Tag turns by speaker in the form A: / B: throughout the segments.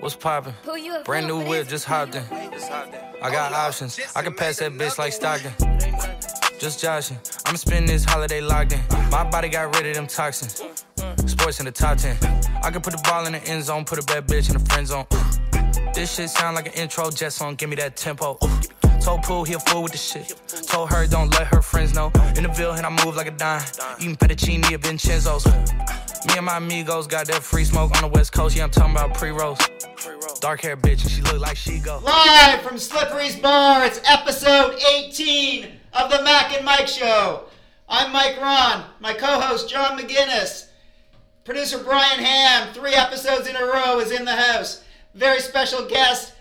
A: What's poppin'?
B: Pull you a
A: Brand new
B: fruit, but
A: whip,
B: it's-
A: just hopped in. Oh, I got options. I can pass that bitch like Stockton. Just joshing. I'm spending this holiday locked in. My body got rid of them toxins. Sports in the top 10. I can put the ball in the end zone, put a bad bitch in the friend zone. This shit sound like an intro jet song, give me that tempo. Told Pooh he a fool with the shit. Told her don't let her friends know. In the Ville and I move like a dime. Eating fettuccine at Vincenzo's. Me and my amigos got that free smoke on the west coast. Yeah, I'm talking about pre-rolls. Dark hair bitch and she look like she go.
C: Live from Slippery's Bar, it's episode 18 of the Mac and Mike Show. I'm Mike Ron, my co host John McGinnis, producer Brian Ham, three episodes in a row, is in the house. Very special guest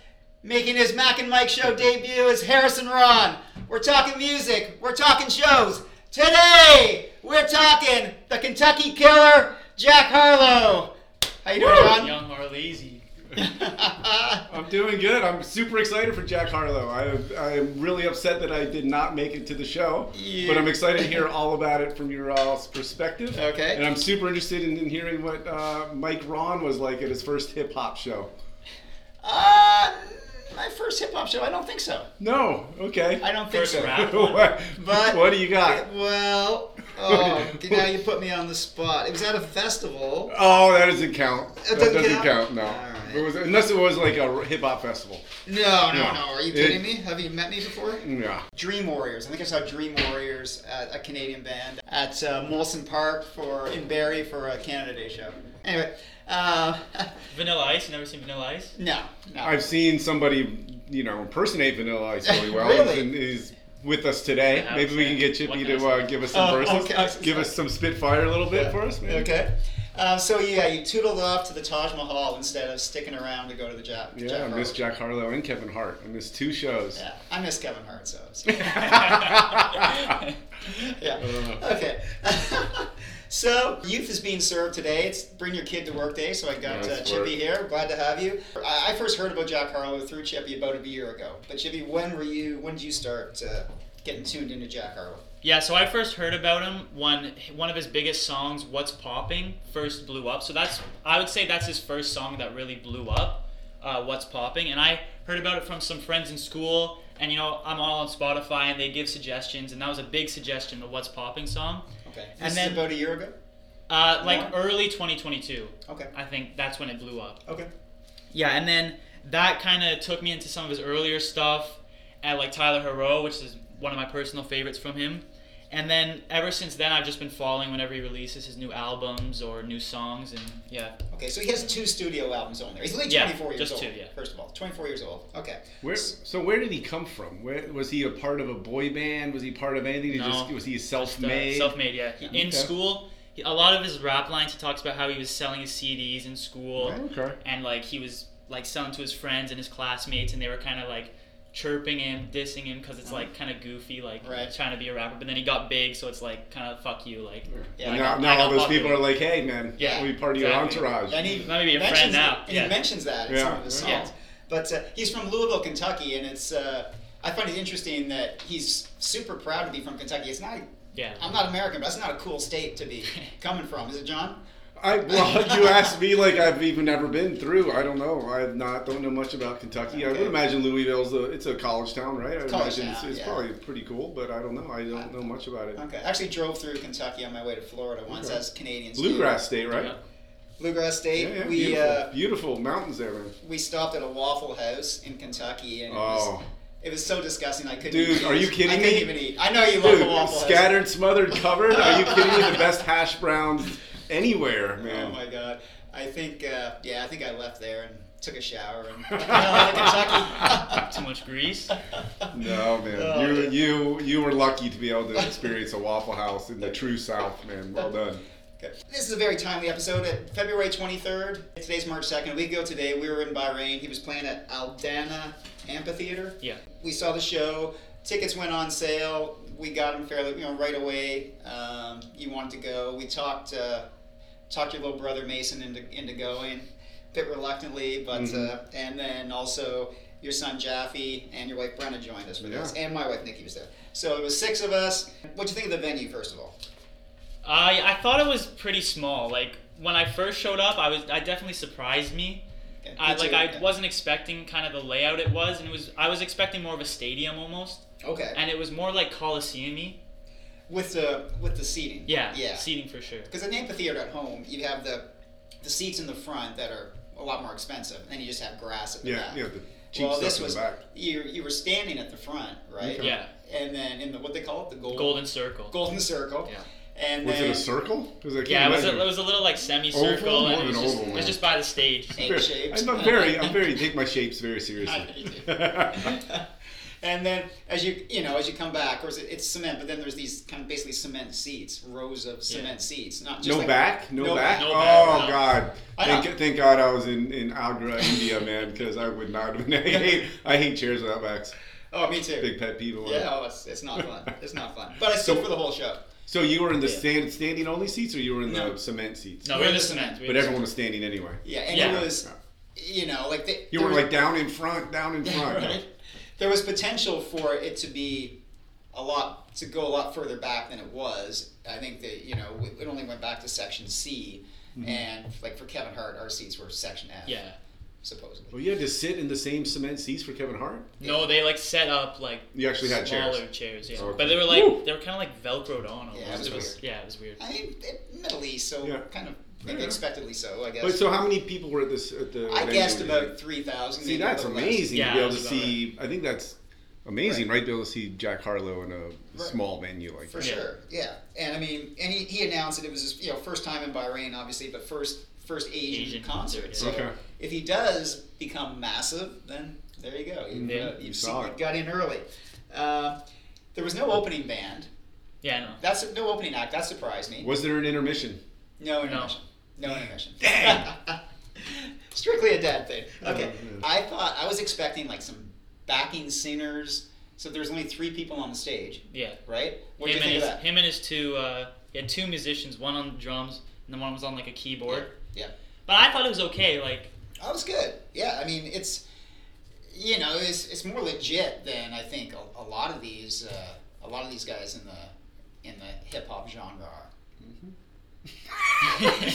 C: making his Mac and Mike Show debut is Harrison Ron. We're talking music, we're talking shows. Today, we're talking the Kentucky Killer, Jack Harlow. How you doing, Ron?
D: Young Arlezy. I'm doing good. I'm super excited for Jack Harlow. I, I am really upset that I did not make it to the show,
C: Yeah.
D: but I'm excited to hear all about it from your all's perspective.
C: Okay.
D: And I'm super interested in, in hearing what uh, Mike Ron was like at his first hip hop show.
C: Uh, my first hip hop show. I don't think so.
D: No. Okay.
C: I don't think so.
D: what,
C: But
D: what do you got?
C: Well, oh, now you put me on the spot. It was at a festival.
D: Oh, that doesn't count.
C: It
D: that
C: doesn't
D: doesn't
C: count?
D: count. no.
C: Alright.
D: It was, unless it was like a hip hop festival.
C: No, no,
D: No.
C: no. Are you
D: It-
C: kidding me? Have you met me before?
D: Yeah.
C: Dream Warriors. I think I saw Dream Warriors, at a Canadian band, at uh, Molson Park for in Barrie for a Canada Day show. Anyway, uh,
E: Vanilla Ice. You never seen Vanilla Ice?
C: no, no.
D: I've seen somebody, you know, impersonate Vanilla Ice really well.
C: Really?
D: And he's with us today.
E: Yeah,
D: Maybe we can get
E: okay.
D: Chippy
E: What
D: to uh, give us some
C: Oh,
D: verses.
C: okay, okay.
D: Give us some spitfire a little bit
C: Yeah.
D: for us. Maybe.
C: Okay. Uh, so yeah, you tootled off to the Taj Mahal instead of sticking around to go to the Jack.
D: Yeah,
C: Jack
D: I miss
C: Harlow.
D: Jack Harlow and Kevin Hart. I missed two shows.
C: Yeah, I miss Kevin Hart, so. it's-
D: yeah,
C: yeah.
D: Uh.
C: Okay. so, youth is being served today. It's Bring Your Kid to Work Day, so I got
D: Nice
C: uh, Chippy
D: work.
C: here. Glad to have you. I, I first heard about Jack Harlow through Chippy about a year ago. But, Chippy, when were you, when did you start uh, getting tuned into Jack Harlow?
E: Yeah, so I first heard about him when one of his biggest songs, What's Popping, first blew up. So that's, I would say that's his first song that really blew up, uh, What's Popping. And I heard about it from some friends in school. And, you know, I'm all on Spotify and they give suggestions. And that was a big suggestion, the What's Popping song.
C: Okay. This
E: And
C: is
E: then-
C: about a year ago?
E: Uh, like
C: More?
E: early 2022.
C: Okay.
E: I think that's when it blew up.
C: Okay.
E: Yeah, and then that kind of took me into some of his earlier stuff, at like Tyler Hero, which is one of my personal favorites from him. And then ever since then, I've just been following whenever he releases his new albums or new songs, and yeah,
C: Okay, so he has two studio albums on there. He's only
E: Yeah,
C: 24 years
E: just
C: old.
E: two, yeah.
C: First of all, 24 years old. Okay.
D: Where, so where did he come from? Where, was he a part of a boy band? Was he part of anything? He
E: No.
D: just, was he
E: Just, uh,
D: self-made?
E: self-made, yeah. He- In
D: Okay.
E: school, he, a lot of his rap lines, he talks about how he was selling his CDs in school,
D: Okay.
E: and like he was like selling to his friends and his classmates, and they were kind of like chirping him, dissing him, because it's like kind of goofy, like
C: Right.
E: trying to be a rapper. But then he got big, so it's like kind of fuck you, like.
C: Yeah,
D: And
C: I
D: now
E: got-
D: now
E: I got
D: all those
E: popular.
D: people are like, hey, man,
E: Yeah,
D: we part of
E: exactly.
D: your entourage.
C: And he
E: Might be a friend
C: mentions,
E: now.
C: and
E: Yeah.
C: he mentions that in some
D: Yeah.
C: of his songs.
E: Yeah.
C: But uh, he's from Louisville, Kentucky, and it's uh, I find it interesting that he's super proud to be from Kentucky. It's not
E: Yeah.
C: I'm not American, but that's not a cool state to be coming from, is it, John?
D: I well, you asked me like I've even never been through. I don't know. I have not don't know much about Kentucky. I
C: Okay.
D: would imagine Louisville's a it's a college town, right? I would
C: college
D: imagine
C: town,
D: it's, it's
C: yeah.
D: probably pretty cool, but I don't know. I don't know much about it.
C: Okay, I actually drove through Kentucky on my way to Florida once
D: Okay.
C: as Canadians. do.
D: Bluegrass state, right?
C: Bluegrass State.
D: Yeah, yeah,
C: we
D: beautiful.
C: uh,
D: beautiful mountains there, man.
C: we stopped at a Waffle House in Kentucky, and it was
D: Oh,
C: it was so disgusting I couldn't.
D: Dude,
C: eat.
D: are you kidding
C: I couldn't
D: me?
C: even eat. I know you love a
D: dude,
C: Waffle House.
D: scattered, smothered, covered. Are you kidding me? The best hash browns anywhere,
C: Oh
D: man.
C: my god! I think uh, yeah, I think I left there and took a shower and went out to
E: Too much grease.
C: Kentucky.
D: no man,
C: Oh,
D: you
C: dude.
D: you you were lucky to be able to experience a Waffle House in the true South, man. Well done.
C: Okay. This is a very timely episode. At February 23rd, today's March 2nd. A week ago today, we were in Bahrain. He was playing at Aldana Amphitheater.
E: Yeah.
C: We saw the show. Tickets went on sale. We got them fairly, you know, right away. Um, you wanted to go. We talked, uh, talked your little brother Mason into into going, a bit reluctantly, but
E: Mm-hmm.
C: uh, and then also your son Jaffe and your wife Brenna joined us for this, and my wife Nikki was there. So it was six of us. What'd you think of the venue, first of all?
E: I I thought it was pretty small. Like when I first showed up, I was I definitely surprised me.
C: Okay, me
E: I, Uh, like
C: too,
E: I
C: yeah.
E: wasn't expecting kind of the layout it was, and it was I was expecting more of a stadium almost,
C: Okay.
E: and it was more like Colosseum-y.
C: with the with the seating.
E: Yeah,
C: Yeah.
E: seating for sure.
C: Because an amphitheater at home, you have the the seats in the front that are a lot more expensive, and then you just have grass at the
D: Yeah,
C: back.
D: yeah, the cheap
C: well,
D: stuff
C: this
D: in
C: was
D: the back.
C: you you were standing at the front, right?
E: Yeah,
C: And then in the what they call it, the gold,
E: golden circle.
C: golden circle.
E: Yeah.
C: And
D: Was
C: then
D: it a circle? Because I can't
E: Yeah, it was, a,
D: imagine.
E: it was a little like semicircle,
D: Oval?
E: and
D: More
E: it was,
D: than
E: just,
D: oval,
E: it was
D: man.
E: just by the stage.
C: Shape shapes.
D: I'm not very. I'm very take my shapes very seriously.
C: and then as you you know as you come back, of course it, it's cement, but then there's these kind of basically cement seats, rows of cement seats, not just
D: no
C: like-
D: back, no, back.
E: No
D: oh
E: back, no.
D: God!
C: I know.
D: Thank, thank God I was in in Agra, India, man, because I would not. Have been, I hate I hate chairs without backs.
C: Oh, me too.
D: Big pet peeve. of mine.
C: yeah, oh, it's, it's not fun. It's not fun. But I stood
D: So-
C: for the whole show.
D: So you were in the stand standing only seats, or you were in
C: No.
D: the cement seats?
E: No,
C: We're
E: we were
C: the
E: the
C: cement,
E: cement. we
D: But
E: were the
D: everyone was standing anyway.
C: Yeah, and
E: Yeah.
C: it was, you know, like they,
D: You
C: there
D: were
C: was-
D: like down in front, down in front.
C: right? There was potential for it to be a lot to go a lot further back than it was. I think that you know it only went back to section C,
D: Mm-hmm.
C: and like for Kevin Hart, our seats were section F.
E: Yeah.
D: Well,
C: supposedly.
D: you had to sit in the same cement seats for Kevin Hart.
E: No, they like set up like
D: You actually had chairs.
E: smaller chairs, yeah.
D: Okay.
E: But they were like
D: Woo.
E: they were kind of like velcroed on. Almost.
C: Yeah, it was
E: it was yeah, it was weird.
C: I mean, it, Middle East, so
D: Yeah.
C: kind of
D: Yeah.
C: expectedly so, I guess.
D: But so how many people were at this at the?
C: I
D: venue?
C: guessed about three thousand.
D: See, that's amazing
E: Yeah,
D: to be able to
E: that's about
D: see. I think that's amazing, right. To be able to see Jack Harlow in a small venue like
C: For
D: that.
E: Yeah.
C: sure, yeah. And I mean, and he, he announced that it was his you know first time in Bahrain, obviously, but first first Asian,
E: Asian
C: concert.
E: concert,
C: So
E: yeah.
D: Okay.
C: if he does become massive, then there you go. You, uh,
E: Yeah,
C: you
D: Mm-hmm. you
C: see,
D: saw
C: you
D: it.
C: got in early. Uh, there was no opening band.
E: Yeah, no.
C: That's no opening act. That surprised me.
D: Was there an intermission?
C: No intermission. No, intermission. Strictly a dad thing. Okay.
D: Mhm.
C: I thought I was expecting like some backing singers. So there's only three people on the stage,
E: Yeah.
C: right? What do you
E: him and
C: think of
E: his
C: that?
E: him and his two uh, he had two musicians, one on drums and the one was on like a keyboard.
C: Yeah.
E: But I thought it was okay. Like
C: That was good. Yeah, I mean, it's you know, it's, it's more legit than I think a, a lot of these uh, a lot of these guys in the in the hip hop genre are.
D: Mm-hmm.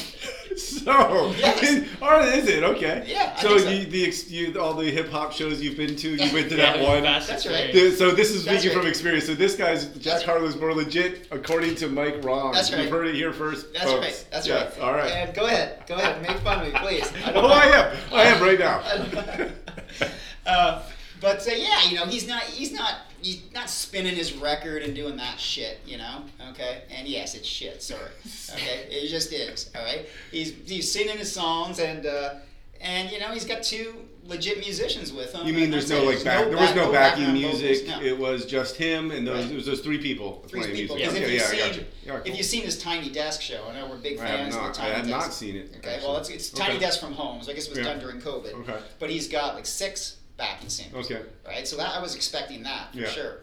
D: So,
C: Yes.
D: or is it okay?
C: Yeah, I
D: So,
C: think so.
D: You, the ex- you, all the hip hop shows you've been to, you went to
E: yeah,
D: that
E: it was
D: one.
E: fast
C: That's
E: and
C: right.
E: furious.
D: Th- So this is
C: That's
D: speaking
C: right.
D: from experience. So this guy's Jack
C: That's right.
D: Harlow's more legit, according to Mike Ron.
C: That's right.
D: You've heard it here first.
C: That's
D: folks.
C: right. That's
D: Yeah,
C: right.
D: All right.
C: And go ahead, go ahead, make fun of me, please. I don't
D: oh, I
C: mind.
D: am. I am right
C: I
D: now.
C: Uh, but uh, yeah, you know, he's not he's not he's not spinning his record and doing that shit, you know. Okay, and yes, it's shit. Sorry. Okay, it just is. All right. He's he's singing his songs and uh, and you know he's got two legit musicians with him.
D: You mean
C: and
D: there's
C: that's
D: no
C: it.
D: like back? there was
C: back-
D: no backing
C: background
D: music.
C: vocals, no.
D: It was just him and those.
C: Right.
D: It was those three people
C: Three
D: playing
C: people.
D: music.
C: Because if
D: yeah,
C: you've
D: yeah,
C: seen
D: I got you. Yeah, cool.
C: if you've seen his Tiny Desk show, I know we're big
D: I have
C: fans of
D: not.
C: the
D: I
C: Tiny
D: have
C: Desk.
D: not seen it.
C: Okay, well, it's, it's Tiny
D: Okay.
C: Desk from Home, so I guess it was
D: Yeah.
C: done during COVID.
D: Okay.
C: But he's got like six backing singers.
D: Okay.
C: Right, so that I was expecting that for
D: Yeah.
C: sure.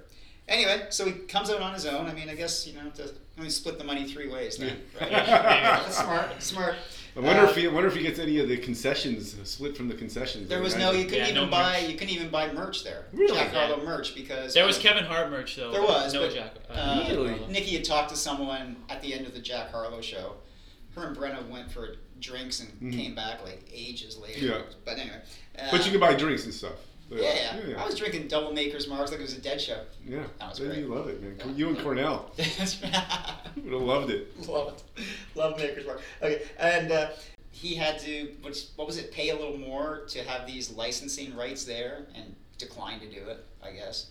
C: Anyway, so he comes out on his own. I mean, I guess you know, to, I mean, split the money three ways then. Right? That's smart, smart.
D: I wonder
C: Uh,
D: if he, I wonder if he gets any of the concessions uh, split from the concessions.
C: there
D: I
C: was no.
D: imagine.
C: You couldn't
E: Yeah,
C: even
E: no
C: buy.
E: merch.
C: You couldn't even buy merch there.
D: Really?
C: Jack Harlow
E: Yeah.
C: merch because
E: There was Kevin Hart merch though.
C: There was,
E: no
C: but,
E: Jack.
C: uh,
D: Really?
E: Harlow.
C: Nikki had talked to someone at the end of the Jack Harlow show. Her and Brenna went for drinks and came back like ages later.
D: Mm-hmm. Yeah.
C: But anyway. Uh,
D: But you can buy drinks and stuff.
C: Yeah, yeah. I was drinking Double Maker's Mars like it was a dead show.
D: Yeah.
C: That was
D: Then
C: great.
D: You love it, man.
C: Yeah.
D: You and Cornell would have loved it.
C: Love it. Love Maker's Mark. Okay, and uh, he had to, what, what was it, pay a little more to have these licensing rights there and declined to do it, I guess.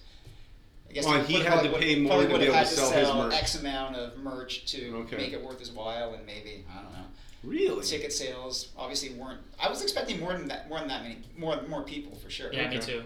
C: I guess
D: Well, he
C: would-
D: had
C: probably
D: to
C: would-
D: pay more
C: probably
D: to
C: would
D: be
C: have
D: able
C: had
D: to sell his merch.
C: X amount of merch to
D: Okay.
C: make it worth his while, and maybe, I don't know.
D: Really?
C: Ticket sales obviously weren't, I was expecting more than that, more than that many, more, more people for sure.
E: Yeah, me
D: Okay.
E: too.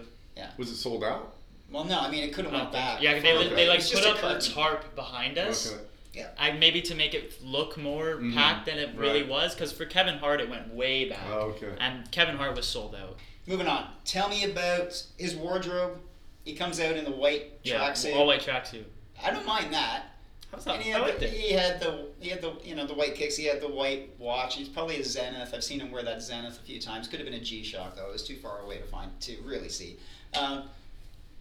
D: Was it sold out?
C: Well, no, I mean, it could have went back.
E: Oh, Yeah, they,
D: Okay.
E: they like
C: It's
E: put
C: just a
E: up a,
C: curtain.
E: tarp behind us.
D: Okay.
E: I maybe to make it look more
D: Mhm.
E: packed than it really
D: Right.
E: was, because for Kevin Hart it went way back,
D: Oh, okay.
E: and Kevin Hart was sold out.
C: Moving on. Tell me about his wardrobe. He comes out in the white
E: Yeah,
C: tracksuit.
E: all white tracksuit.
C: I don't mind that.
E: How was
C: And
E: that?
C: he
E: I
C: had,
E: liked
C: the,
E: it.
C: he had the he had the you know the white kicks. He had the white watch. He's probably a Zenith. I've seen him wear that Zenith a few times. Could have been a G Shock though. It was too far away to find to really see. Um,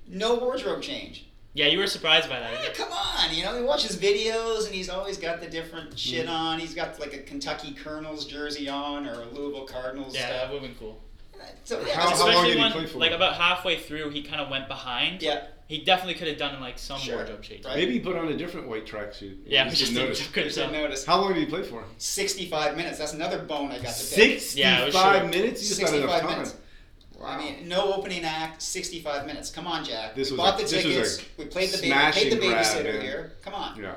C: no wardrobe change.
E: Yeah, you were surprised by
C: Ah,
E: that.
C: come on, you know he watches videos and he's always got the
E: Mm-hmm.
C: different shit on. He's got like a Kentucky Colonels jersey on or a Louisville Cardinals
E: Yeah,
C: stuff.
E: that would have been cool.
C: That so,
D: How-
C: yeah,
D: how-
C: so-
D: long
E: Especially
D: did he
E: when,
D: play for?
E: like, about halfway through, he kind of went behind.
C: yeah.
E: He definitely could have done like some
C: Sure.
E: wardrobe change.
C: Right.
D: Maybe he put on a different white tracksuit.
E: Yeah,
D: You
E: we
D: didn't
E: just didn't-
D: notice.
E: couldn't
C: Just didn't
E: tell.
C: notice.
D: How long did he play for?
C: 65 minutes. That's another bone I got to pick.
D: Sixty-five
E: Yeah, it was short.
D: minutes. You just got
C: 65
D: enough time.
C: minutes. I mean, no opening act, 65 minutes. Come on, Jack.
D: This
C: we
D: was
C: bought
D: a-
C: the
D: this was a
C: tickets. we played the baby,
D: smash
C: paid the
D: and grab,
C: babysitter
D: man.
C: here. Come on.
D: yeah.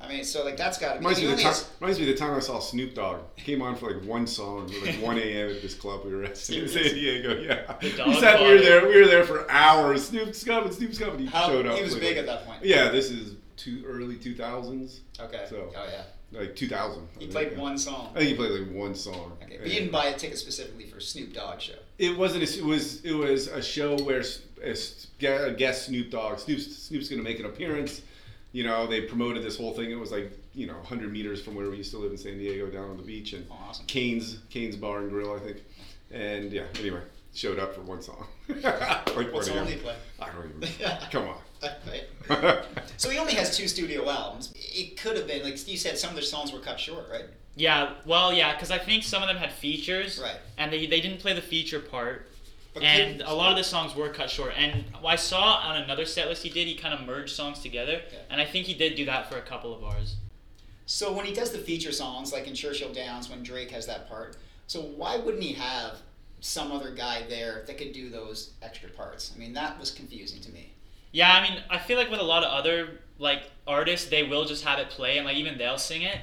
C: I mean, so like that's got to be.
D: Reminds
C: he
D: me, of the
C: only
D: time,
C: has-
D: reminds me of the time I saw Snoop Dogg. Came on for like one song, at, like 1 a.m. at this club we were at in San Diego. Yeah, we sat,
E: Dogg
D: we
E: Club.
D: were there, we were there for hours. Snoop's coming, Snoop's coming. He
C: How-
D: showed up.
C: he was
D: like-
C: big at that point.
D: Yeah, this is two early 2000s,
C: Okay.
D: So-
C: oh yeah.
D: like 2000.
C: He
D: I
C: played
D: think, yeah.
C: one song.
D: I think he played like one song.
C: Okay, but
D: And-
C: you didn't buy a ticket specifically for Snoop Dogg show.
D: It wasn't. A, it was. It was a show where s- a s- a guest Snoop Dogg. Snoop's, Snoop's going to make an appearance. You know, they promoted this whole thing. It was like you know, 100 meters from where we used to live in San Diego, down on the beach, and
C: Awesome.
D: Kane's Kane's Bar and Grill, I think. And yeah, anyway, showed up for one song. like
C: What
D: 1
C: song
D: a.m.
C: did he play?
D: I don't even. Come
C: Right.
D: on.
C: so he only has two studio albums. It could have been like Steve said. Some of their songs were cut short, right?
E: Yeah, well, yeah, because I think some of them had features,
C: Right.
E: And they, they didn't play the feature part,
C: But
E: and
C: could-
E: a lot of the songs were cut short. And I saw on another set list he did, he kind of merged songs together,
C: Yeah.
E: and I think he did do that for a couple of ours.
C: So when he does the feature songs, like in Churchill Downs, when Drake has that part, so why wouldn't he have some other guy there that could do those extra parts? I mean, that was confusing to me.
E: Yeah, I mean, I feel like with a lot of other like artists, they will just have it play, and like even they'll sing it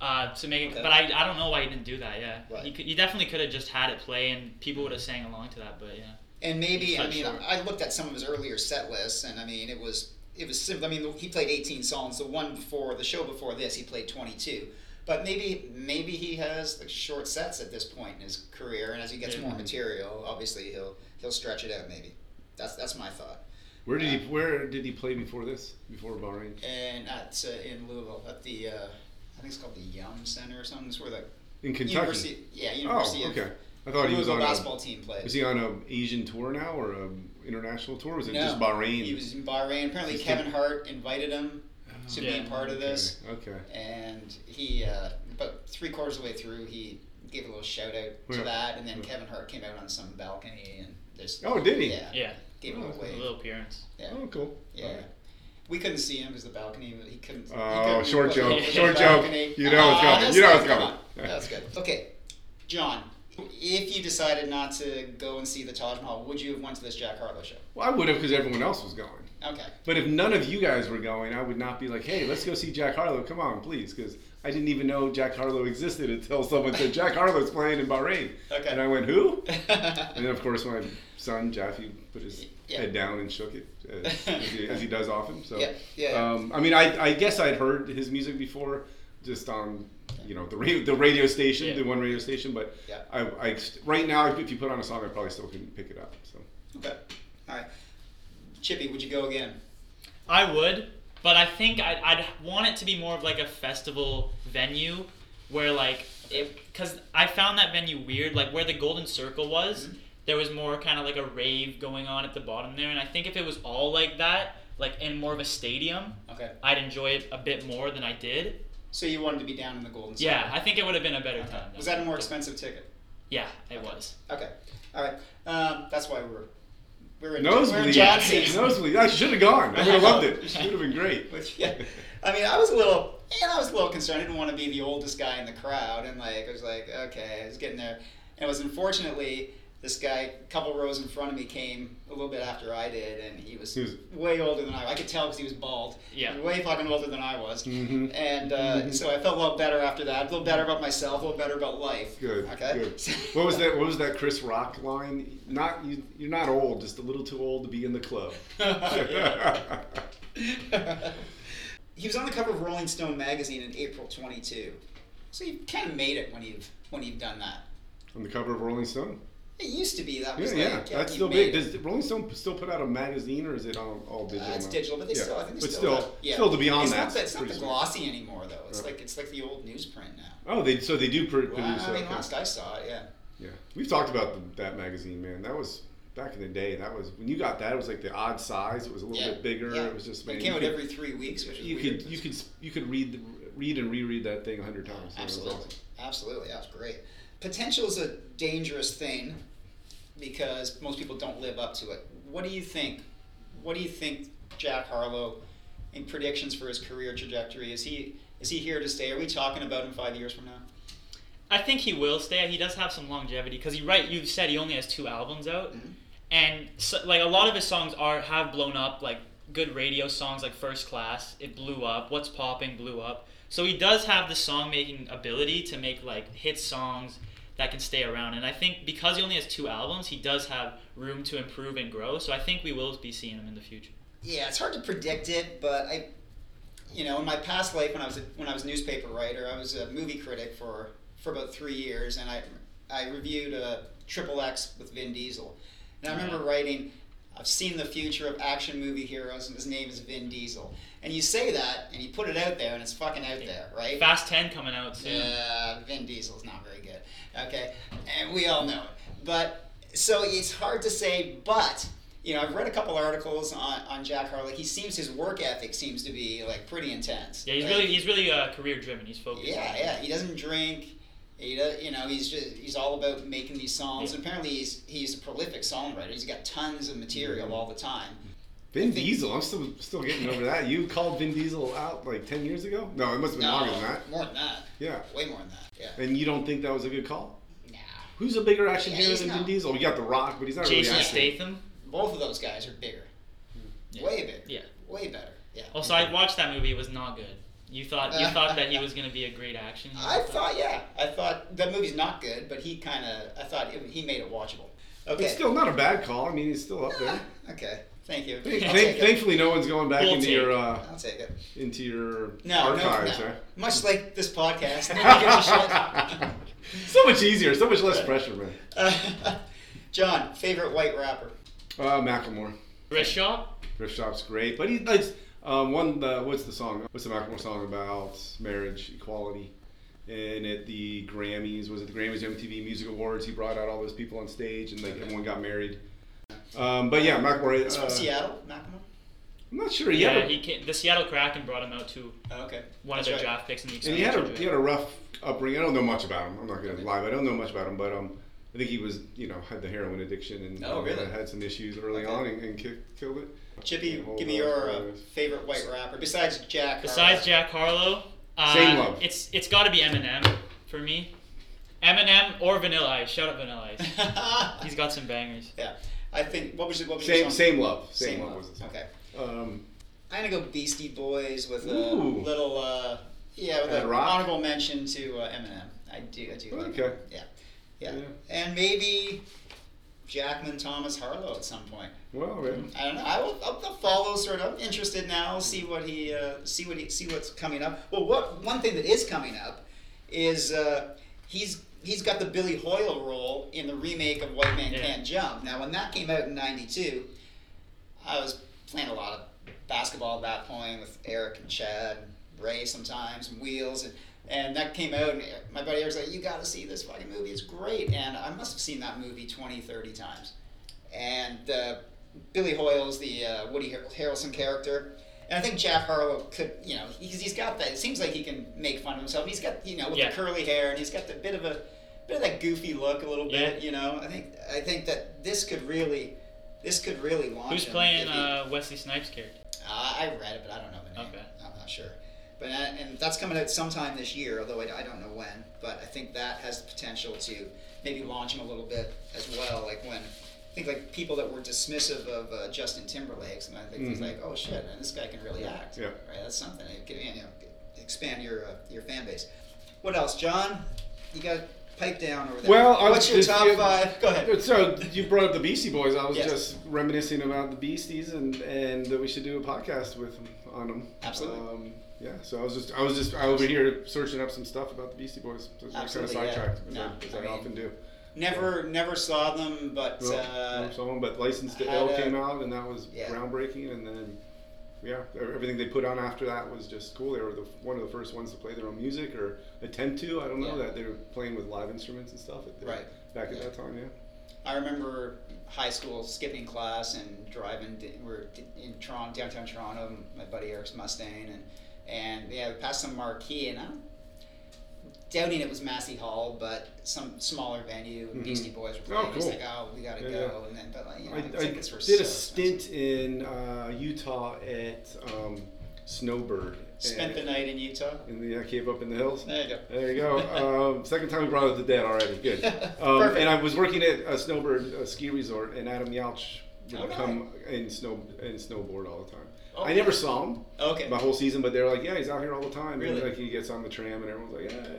E: uh, to make it.
C: Okay.
E: But I, I don't know why he didn't do that. Yeah,
C: Right.
E: you, could, you definitely could have just had it play, and people would have sang along to that. But yeah.
C: And maybe
E: He's
C: I
E: cut
C: mean,
E: short.
C: I looked at some of his earlier set lists, and I mean, it was it was simple. I mean, he played 18 songs. The one before the show before this, he played 22. But maybe maybe he has like short sets at this point in his career, and as he gets
E: Yeah.
C: more material, obviously he'll he'll stretch it out. Maybe that's that's my thought.
D: where did he? Where did he play before this? Before Bahrain?
C: and at uh, in Louisville at the uh, I think it's called the Young Center or something. It's where the
D: In Kentucky.
C: University, yeah, University
D: oh,
C: of
D: okay. I thought he was
C: Louisville
D: on
C: basketball
D: a,
C: team played.
D: Was he on an Asian tour now or an international tour? Was it
C: No,
D: just Bahrain?
C: He was in Bahrain. Apparently,
D: Just
C: Kevin Hart invited him to be
E: Yeah.
C: a part of this,
D: Okay. Oh. okay.
C: and he. Uh, but three quarters of the way through, he gave a little shout out to
D: Yeah.
C: that, and then
D: Yeah.
C: Kevin Hart came out on some balcony and just
D: Oh, did he?
C: yeah,
E: Yeah.
C: gave him
D: Oh,
C: a
D: that's
E: A
C: wave.
E: little appearance.
C: Yeah,
D: Oh, cool.
C: yeah.
D: Alright.
C: We couldn't see him because the balcony. He couldn't. he
D: Oh,
C: couldn't-
D: short
C: he wasn't
D: joke.
C: on the
D: Short joke.
C: balcony.
D: You know it's
C: Ah,
D: coming.
C: that's
D: You know
C: good,
D: it's
C: come
D: coming.
C: on. That's good. Okay, John, if you decided not to go and see the Taj Mahal, would you have went to this Jack Harlow show?
D: Well, I would have because everyone else was going.
C: Okay.
D: But if none of you guys were going, I would not be like, hey, let's go see Jack Harlow. Come on, please. Because I didn't even know Jack Harlow existed until someone said, Jack Harlow's playing in Bahrain.
C: Okay.
D: And I went, who? And then, of course, my son, Jaffe, put his
C: Yeah.
D: head down and shook it, uh, as, as, he, as he does often. So,
C: Yeah, yeah, yeah.
D: Um, I mean, I, I guess I'd heard his music before, just on, you know, the, ra- the radio station,
E: Yeah.
D: the one radio station. But
C: Yeah.
D: I, I, st- right now, if you put on a song, I probably still couldn't pick it up. So
C: okay. All right. Chippy, would you go again?
E: I would, but I think I'd, I'd want it to be more of like a festival venue where like it because I found that venue weird. Like where the Golden Circle was,
C: Mm-hmm.
E: there was more kind of like a rave going on at the bottom there, and I think if it was all like that, like in more of a stadium,
C: Okay.
E: I'd enjoy it a bit more than I did.
C: So you wanted to be down in the Golden Circle?
E: Yeah, I think it would have been a better time.
C: Was that a more expensive ticket?
E: Yeah, it was.
C: Okay. All right. Um, that's why we're we're in we're in
D: nosebleed,
C: John season.
D: nosebleed. I should have gone. I would have loved it. It would have been great.
C: Which, yeah, I mean, I was a little, and I was a little concerned. I didn't want to be the oldest guy in the crowd, and like, I was like, okay, I was getting there, and it was unfortunately this guy, a couple rows in front of me, came a little bit after I did, and he was,
D: He was-
C: way older than I. I could tell because he was bald.
E: Yeah.
C: He was way fucking older than I was,
D: Mhm.
C: and uh, so I felt a little better after that. A little better about myself, a little better about life.
D: Good.
C: Okay.
D: Good. What was that? What was that Chris Rock line? Not you. You're not old. Just a little too old to be in the club.
C: he was on the cover of Rolling Stone magazine in April 22. So you've kind of made it when you've when you've done that.
D: On the cover of Rolling Stone.
C: It used to be that
D: Yeah,
C: was
D: yeah,
C: like
D: that's
C: you
D: still
C: made
D: big.
C: it.
D: Does Rolling Stone still put out a magazine, or is it all, all digital?
C: Uh, it's
D: now?
C: digital, but they
D: Yeah.
C: still I think they
D: but
C: still,
D: still,
C: have- yeah.
D: still to beyond
C: it's
D: that.
C: Not, the- it's not the
D: pretty
C: glossy anymore though. It's
D: Yeah.
C: like it's like the old newsprint now.
D: small. Oh, they so they do pr-
C: Well,
D: produce.
C: I mean,
D: okay.
C: last I saw it, yeah.
D: Yeah, we've talked about the, that magazine, man. That was back in the day. That was when you got that. It was like the odd size. It was a little
C: yeah.
D: bit bigger.
C: yeah.
D: It was just
C: But
D: man,
C: it came
D: you
C: out
D: could-
C: every three weeks, which is
D: you
C: weird.
D: could you could s- you could read the, read and reread that thing a hundred times. That was
C: Absolutely.
D: awesome.
C: Absolutely. That's great. Potential is a dangerous thing. because most people don't live up to it. What do you think? What do you think, Jack Harlow, in predictions for his career trajectory? Is he is he here to stay? Are we talking about him five years from now?
E: I think he will stay. He does have some longevity because he right. You said he only has two albums out,
C: Mm-hmm.
E: and so, like a lot of his songs are have blown up. Like good radio songs, like First Class, it blew up. What's popping blew up. So he does have the song making ability to make like hit songs that can stay around. And I think because he only has two albums, he does have room to improve and grow. So I think we will be seeing him in the future.
C: Yeah, it's hard to predict it, but I, you know, in my past life when I was a, when I was a newspaper writer, I was a movie critic for for about three years, and I I reviewed a Triple X with Vin Diesel, and I remember writing. I've seen the future of action movie heroes, and his name is Vin Diesel. And you say that, and you put it out there, and it's fucking out there, right?
E: Fast Ten coming out soon.
C: Uh, Vin Diesel's not very good. Okay, and we all know it. But so it's hard to say. But you know, I've read a couple articles on, on Jack Harlow. He seems his work ethic seems to be like pretty intense.
E: Yeah, he's
C: right?
E: really he's really uh, career driven. He's focused.
C: Yeah, yeah. He doesn't drink. He does, you know, he's just he's all about making these songs.
E: Yeah.
C: And apparently, he's he's a prolific songwriter. He's got tons of material all the time.
D: Vin Diesel, I'm still still getting over that. You called Vin Diesel out like ten years ago? No, it must have been longer than that.
C: more than that.
D: Yeah.
C: Way more than that. Yeah.
D: And you don't think that was a good call?
C: Nah.
D: Who's a bigger action
C: Yeah,
D: hero
C: he's
D: than Vin
C: not.
D: Diesel? You got The Rock, but he's not
E: Jason
D: really action.
E: Statham.
C: Both of those guys are bigger.
E: Yeah.
C: Way bigger.
E: Yeah.
C: Way better. Yeah. Uh,
E: Also, Oh, I watched that movie. It was not good. You thought you thought that he was gonna be a great action. hero.
C: I thought, yeah, I thought that movie's not good, but he kind of, I thought it, he made it watchable. Okay. Ah,
D: It's still not a bad call. I mean, he's still up there.
C: okay. Thank you. I'll
D: Thank-
C: take
D: thank-
C: it.
D: thankfully, no one's going back
E: We'll
D: into
E: take
D: your
E: it.
D: uh,
C: I'll take it.
D: into your
C: No, no,
D: archives.
C: no.
D: Huh?
C: Much like this podcast, no one gives a
D: So much easier. So much less pressure, man.
C: shit. Uh, John, favorite white rapper?
D: Uh, Macklemore.
E: Wrist shot.
D: Thrift shop's great, but he likes um, one. The, what's the song? What's the Macklemore song about marriage equality? And at the Grammys, was it the Grammys, MTV Music Awards? He brought out all those people on stage, and like everyone got married. Um, but yeah, Macklemore.
C: It's from
D: Uh,
C: Seattle, Macklemore.
D: I'm not sure. He
E: Yeah,
D: had a,
E: he came, the Seattle Kraken brought him out to
C: Oh, okay.
E: one of
C: That's
E: their
C: right.
E: draft picks in the
D: and he had
E: expansion.
D: a he had a rough upbringing. I don't know much about him. I'm not gonna lie. but I don't know much about him, but um, I think he was you know had the heroin addiction and
C: Oh,
D: um,
C: really?
D: had some issues early
C: Okay.
D: on and, and kicked, killed it.
C: Chippy,
D: Hold
C: give me
D: on,
C: your uh,
D: hold on.
C: favorite white rapper besides Jack.
E: Besides Jack Harlow, uh,
D: Same love.
E: It's it's got to be Eminem for me. Eminem or Vanilla Ice. Shout out Vanilla Ice.
C: Jack.
E: He's got some bangers.
C: yeah. I think what was it? What was your
D: Same
C: song?
D: same love. Same, love. was the song.
C: Okay.
D: Um,
C: I'm gonna go Beastie Boys with a
D: Ooh.
C: little, uh, yeah, with
D: That
C: an
D: rock?
C: honorable mention to uh, Eminem. I do, I do. Like
D: Okay.
C: Eminem. Yeah. yeah,
D: Yeah.
C: and maybe Jackman Thomas Harlow at some point.
D: well, yeah.
C: I don't know. I will, I'll, I'll follow sort of. I'm interested now. I'll see what he, uh, see what he, see what's coming up. Well, what one thing that is coming up is uh, he's he's got the Billy Hoyle role in the remake of White Man
E: Yeah.
C: Can't Jump. Now, when that came out in '92, I was playing a lot of basketball at that point with Eric and Chad, and Ray sometimes, and Wheels, and and that came out. And my buddy Eric's like, "You got to see this fucking movie. It's great." And I must have seen that movie 20, 30 times and uh, Billy Hoyle's the uh, Woody Har- Harrelson character. And I think Jack Harlow could, you know, he's, he's got that. It seems like he can make fun of himself. He's got, you know, with
E: Yeah.
C: the curly hair, and he's got the bit of a bit of that goofy look a little
E: Yeah.
C: bit. You know, I think I think that this could really, this could really launch.
E: Who's
C: him
E: playing
C: if he-
E: uh, Wesley Snipes' character?
C: uh, I read it, but I don't know the name.
E: Okay.
C: I'm not sure. But uh, and that's coming out sometime this year, although I, I don't know when. But I think that has the potential to maybe launch him a little bit as well. Like when I think like people that were dismissive of uh, Justin Timberlake's, and I think he's
D: Mhm.
C: like, oh shit, man, this guy can really act.
D: Yeah.
C: Right. That's something. It can, you know, expand your uh, your fan base. What else, John? You got pipe down over there.
D: Well, I was
C: what's your
D: just-
C: top
D: yeah.
C: five? Go ahead.
D: So you brought up the Beastie Boys. I was
C: Yes.
D: just reminiscing about the Beasties and and that we should do a podcast with them, on them.
C: Absolutely.
D: Um, yeah. So I was just I was just I over here searching up some stuff about the Beastie Boys. So I kind of
C: Absolutely, yeah.
D: sidetracked as,
C: No,
D: I, as
C: I
D: I,
C: mean,
D: often do.
C: Never never saw them, but
D: Well,
C: uh,
D: well, someone, but License to
C: had
D: Ill
C: a-
D: came out and that was
C: Yeah.
D: groundbreaking. And then yeah, everything they put on after that was just cool. They were the, one of the first ones to play their own music or attempt to. I don't know
C: Yeah.
D: that they were playing with live instruments and stuff. At the,
C: Right.
D: Back at
C: Yeah.
D: that time, yeah.
C: I remember high school skipping class and driving. d- We're d- in Toronto, downtown Toronto. My buddy Eric's Mustang, and and yeah, we passed some marquee, and I don't, doubting it was Massey Hall, but some smaller venue. and Beastie Boys were
D: Oh,
C: playing. He's
D: cool.
C: like, oh, we gotta
D: Yeah,
C: go, and then but like, you know,
D: I, I did
C: tickets were so
D: a
C: expensive.
D: stint in uh, Utah at um, Snowbird.
C: Spent the
D: and-
C: night in Utah.
D: In the, I cave up in the hills.
C: There you go.
D: There you go. Um, second time we brought up the dead already. Good. Um,
C: Perfect.
D: and I was working at a snowbird uh ski resort, and Adam Yauch would
C: Oh, nice.
D: come and snow and snowboard all the time.
E: Oh,
D: I never saw him
C: Okay.
D: my whole season, but they're like, yeah, he's out here all the time.
C: Really?
D: And like he gets on the tram, and everyone's like, yeah. You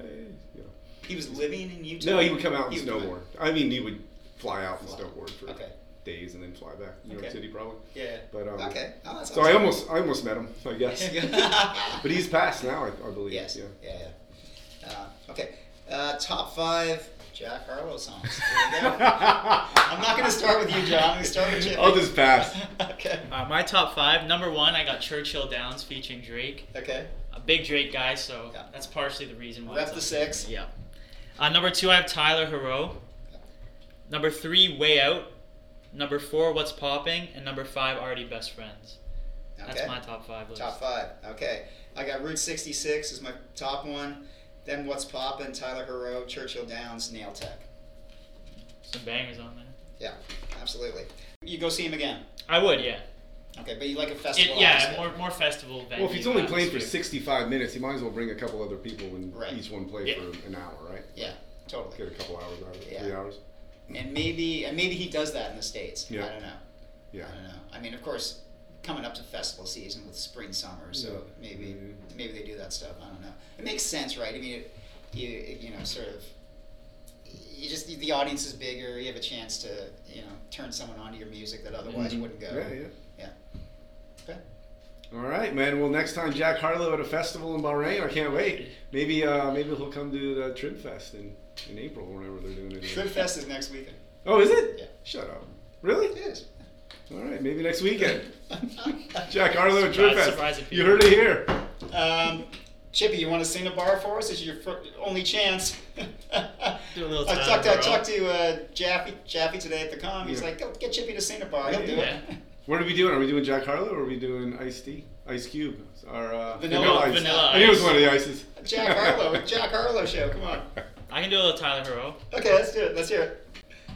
D: know.
C: He was living in Utah.
D: No, he would come out and
C: He would come
D: snowboard.
C: out.
D: I mean, he would fly out and
C: Fly.
D: snowboard for
C: Okay.
D: days, and then fly back. to New York
C: Okay.
D: City probably.
C: Yeah.
D: But um,
C: okay. Oh, that
D: So
C: sounds
D: I almost, I almost met him, I guess.
C: good.
D: but he's passed now, I, I believe.
C: yes.
D: Yeah.
C: Yeah. yeah, Uh, okay. Uh, top five Jack Harlow songs. There you go. I'm not gonna start with you, John. I'm gonna start with Jimmy.
D: I'll just pass.
C: okay.
E: Uh, my top five. Number one, I got Churchill Downs featuring Drake.
C: Okay.
E: A big Drake guy, so
C: Yeah.
E: that's partially the reason why.
C: That's
E: it's
C: the
E: on.
C: six.
E: Yeah. Uh, number two, I have Tyler Hero. Number three, Way Out. Number four, What's Popping, and number five, Already Best Friends.
C: Okay.
E: That's my top five list.
C: Top five. Okay. I got Route 66 is my top one. Then What's Poppin', Tyler Hero, Churchill Downs, Nail Tech.
E: Some bangers on there.
C: Yeah, absolutely. You go see him again.
E: I would, yeah.
C: Okay, but you like a
E: It,
C: festival.
E: yeah,
C: atmosphere.
E: more more festival venue.
D: Well, if he's only playing for
E: atmosphere.
D: 65 minutes, he might as well bring a couple other people and
C: Right.
D: each one play
E: Yeah.
D: for an hour, right?
C: Yeah, totally.
D: Get a couple hours out of it,
C: Yeah.
D: three hours.
C: And maybe and maybe he does that in the States.
D: Yeah.
C: I don't know.
D: Yeah.
C: I don't know. I mean, of course, coming up to festival season with spring, summer, so
D: Yeah.
C: maybe
D: Mhm.
C: maybe they do that stuff. I don't know. It makes sense, right? I mean, it, you you know, sort of, you just the audience is bigger. You have a chance to you know turn someone onto your music that otherwise
E: Mhm.
C: Uh, wouldn't go.
D: Mm-hmm. Yeah, yeah.
C: Yeah. Okay.
D: All right, man. Well, next time Jack Harlow at a festival in Bahrain, I can't wait. Maybe, uh, maybe he'll come to the Trim Fest in, in April, or whenever they're doing it.
C: Shrimp Fest is next weekend.
D: Oh, is it?
C: Yeah.
D: Shut up.
C: It
D: Really?
C: is.
D: All right, maybe next weekend. Jack Harlow at Trim
E: Surprise, surprise
D: Fest.
E: if
D: You
E: you-
D: heard it here.
C: Um, Chippy, you want to sing a bar for us? This is your fir- only chance.
E: Do a little
C: I
E: time
C: talked,
E: of
C: I
E: our
C: talked to uh, Jaffe, Jaffe today at the com. He's
D: Yeah.
C: like, Go get Chippy to sing a bar. He'll do
D: Yeah.
C: it.
D: What are we doing? Are we doing Jack Harlow or are we doing Ice Tea? Ice Cube? Or, uh,
C: Vanilla-
D: Ice.
E: Vanilla
D: I knew it was
E: Ice.
D: one of the ices.
C: Jack Harlow, Jack Harlow show. Come on.
E: I can do a little Tyler Hero.
C: Okay, let's do it. Let's hear it.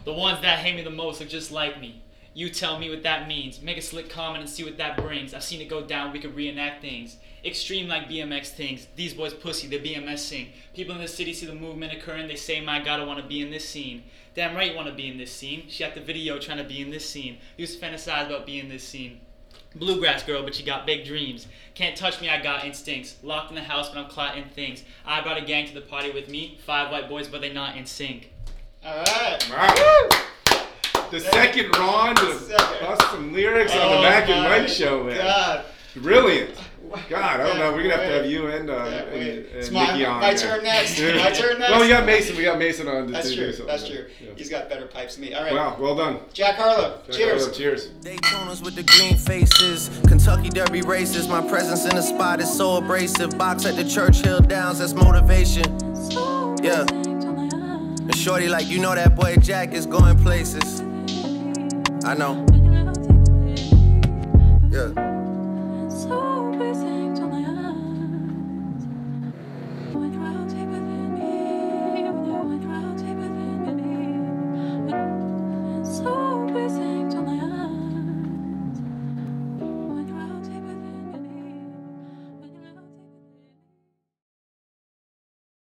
E: The ones that hate me the most are just like me. You tell me what that means. Make a slick comment and see what that brings. I've seen it go down, we could reenact things. Extreme like BMX things. These boys pussy, they're BMSing. People in the city see the movement occurring, they say, My God, I wanna be in this scene. Damn right, wanna be in this scene. She at the video trying to be in this scene. Used to fantasize about being in this scene. Bluegrass girl, but you got big dreams. Can't touch me, I got instincts. Locked in the house, but I'm clotting things. I brought a gang to the party with me. Five white boys, but they not in sync.
C: All right.
D: Wow. The second Ron to
C: Second. Oh
D: bust some lyrics on the Mac and
C: my
D: Mike show, man.
C: God.
D: Brilliant. God, I don't know. We're gonna have to
C: Wait.
D: have you and uh,
C: Yeah,
D: and,
C: wait.
D: and
C: It's
D: Nikki
C: my-
D: on.
C: my
D: yeah.
C: turn next. My turn
D: Well, we
C: next.
D: got Mason. We got Mason on. to
C: That's
D: do
C: true.
D: something,
C: That's
D: but,
C: true.
D: yeah.
C: He's got better pipes than me. All right.
D: Wow. Well done.
C: Jack Harlow.
D: Jack
C: cheers.
D: Harlow, Cheers.
B: Daytonas with the green faces. Kentucky Derby races. My presence in the spot is so abrasive. Box at the Churchill Downs, that's motivation. Yeah. And shorty, like, you know that boy Jack is going places. I know. Yeah.